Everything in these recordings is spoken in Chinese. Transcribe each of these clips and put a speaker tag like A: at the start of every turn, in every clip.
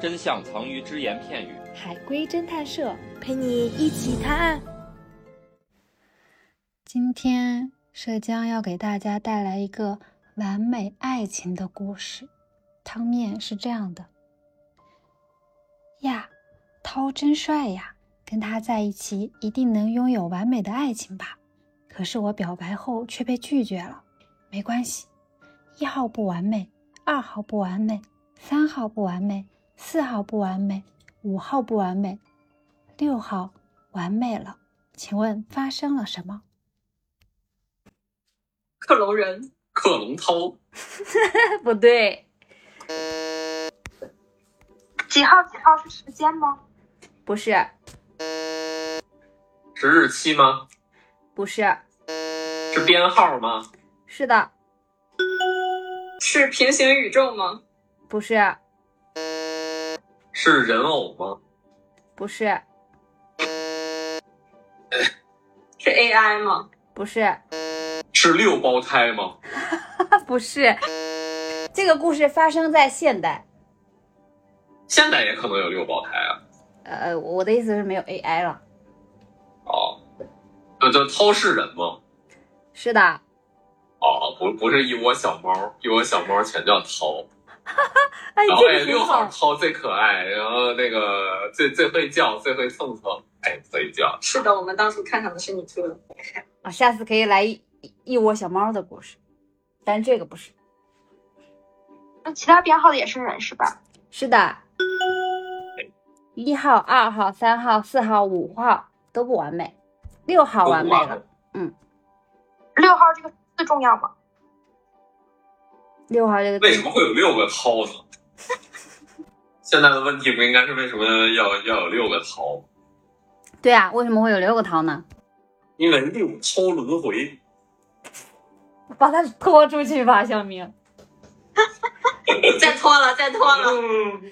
A: 真相藏于只言片语。
B: 海龟侦探社陪你一起探案。
C: 今天社江要给大家带来一个完美爱情的故事。汤面是这样的：呀，涛真帅呀，跟他在一起一定能拥有完美的爱情吧？可是我表白后却被拒绝了。没关系，一号不完美，二号不完美，三号不完美，四号不完美，五号不完美，六号完美了。请问发生了什么？
D: 克隆人，
E: 克隆涛，
F: 不对，
G: 几号几号是时间吗？
F: 不是，
E: 是日期吗？
F: 不是，
E: 是编号吗？
F: 是的，
D: 是平行宇宙吗？
F: 不是，
E: 是人偶吗？
F: 不是，
D: 是 AI 吗？
F: 不是，
E: 是六胞胎吗？
F: 不是。这个故事发生在现代，
E: 现在也可能有六胞胎啊。
F: 呃，我的意思是没有 AI 了。
E: 哦，呃，就涛是人吗？
F: 是的，哎
E: 哦，不，不是一窝小猫，一窝小猫全叫涛。
F: 哎，
E: 然后哎，
F: 这个
E: 六
F: 很
E: 号
F: 好。
E: 涛最可爱，然后那个最最会叫，最会蹭蹭，哎，最会叫。
D: 是的，我们当初看上的是你推的。
F: 啊，下次可以来一一一窝小猫的故事，但是这个不是。
G: 那其他编号的也是人是吧？
F: 是的，一号、二号、三号、四号、五号都不完美，六号完
E: 啊
F: 美了，
G: 六号这个字重要吗？
F: 六号这个
E: 为什么会有六个涛呢？ 现在的问题不应该是为什么要要有六个涛吗？
F: 对啊，为什么会有六个桃呢？
E: 因为六涛轮回。
F: 把他拖出去吧，小明。
D: 再拖了，再拖了。
E: 嗯，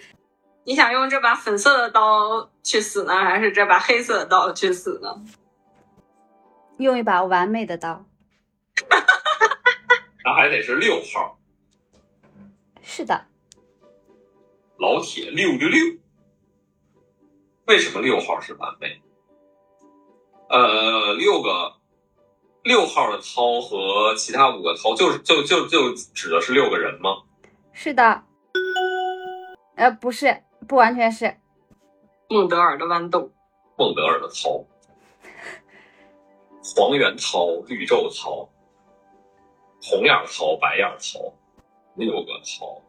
D: 你想用这把粉色的刀去死呢，还是这把黑色的刀去死呢？
F: 用一把完美的刀。
E: 那还得是六号。
F: 是的，
E: 老铁六六六。为什么六号是完美？呃，六个六号的涛和其他五个涛，就是就就就指的是六个人吗？
F: 是的。呃，不是，不完全是。
D: 孟德尔的豌豆，
E: 孟德尔的涛，黄猿涛、绿昼涛、红眼涛、白眼涛，六个涛，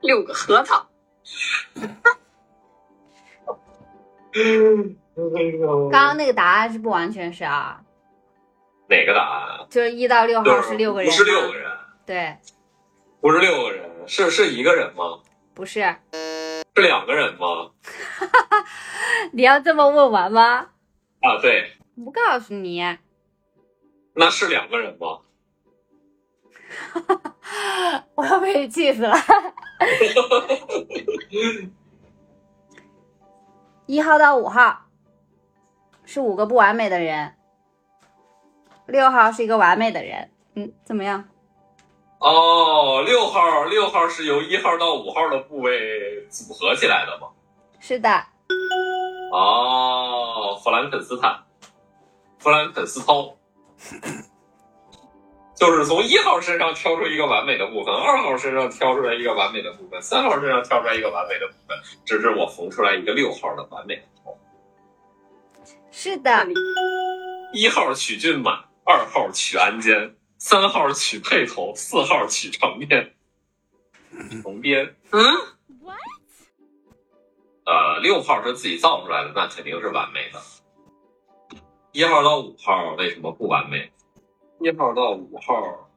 D: 六个核桃，
F: 刚刚那个答案是不完全是啊，
E: 哪个答案啊？
F: 哦就是一到六号
E: 就是
F: 六个人，
E: 不是六个。人，
F: 对，
E: 不是六个人，是是一个人吗？
F: 不是。
E: 是两个人吗？
F: 你要这么问完吗？
E: 啊，对，
F: 不告诉你，
E: 那是两个人吗？
F: 我要被气死了。一号到五号是五个不完美的人，六号是一个完美的人。嗯，怎么样？
E: 哦，六号，六号是由一号到五号的部位组合起来的吗？
F: 是的，
E: 哦，弗兰肯斯坦，弗兰肯斯涛，就是从一号身上挑出一个完美的部分，二号身上挑出来一个完美的部分，三号身上挑出来一个完美的部分，直至我缝出来一个六号的完美的头。
F: 是的，
E: 一号取骏马，二号取鞍鞯，三号取辔头，四号取长鞭，长鞭。
D: 嗯，
E: 呃，六号是自己造出来的，那肯定是完美的。一号到五号为什么不完美？一号到五号，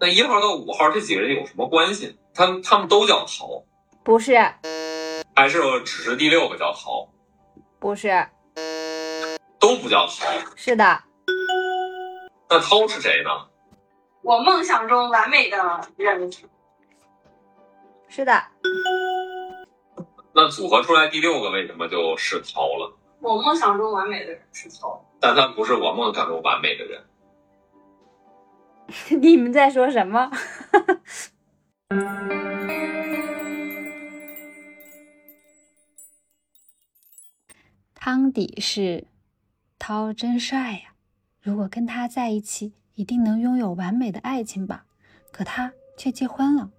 E: 那一号到五号这几个人有什么关系？他们他们都叫桃，
F: 不是，
E: 还是只是第六个叫桃？
F: 不是，
E: 都不叫桃，
F: 是的，
E: 那涛是谁呢？
D: 我梦想中完美的人，
F: 是的，
E: 那组合出来第六个为什么就是涛了？
D: 我梦想中完美的人是草。
E: 但他不是我梦想中完美的人。
F: 你们在说什么？
C: 汤底是：涛真帅呀！如果跟他在一起，一定能拥有完美的爱情吧？可他却结婚了。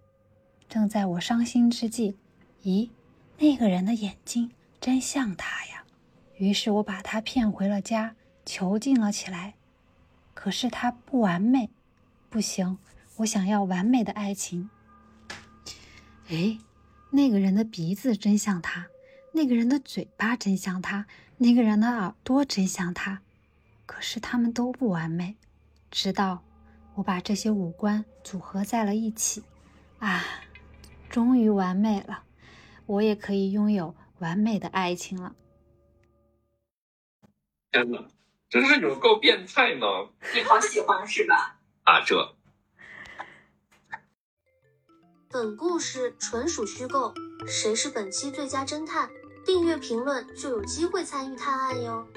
C: 正在我伤心之际，咦，那个人的眼睛真像他呀！于是我把他骗回了家，囚禁了起来。可是他不完美，不行，我想要完美的爱情。诶，那个人的鼻子真像他，那个人的嘴巴真像他，那个人的耳朵真像他，可是他们都不完美。直到我把这些五官组合在了一起，啊，终于完美了，我也可以拥有完美的爱情了。
E: 天哪，真是有够变态呢！
D: 你好喜欢是吧？
E: 啊，这
H: 本故事纯属虚构，谁是本期最佳侦探？订阅评论就有机会参与探案哟。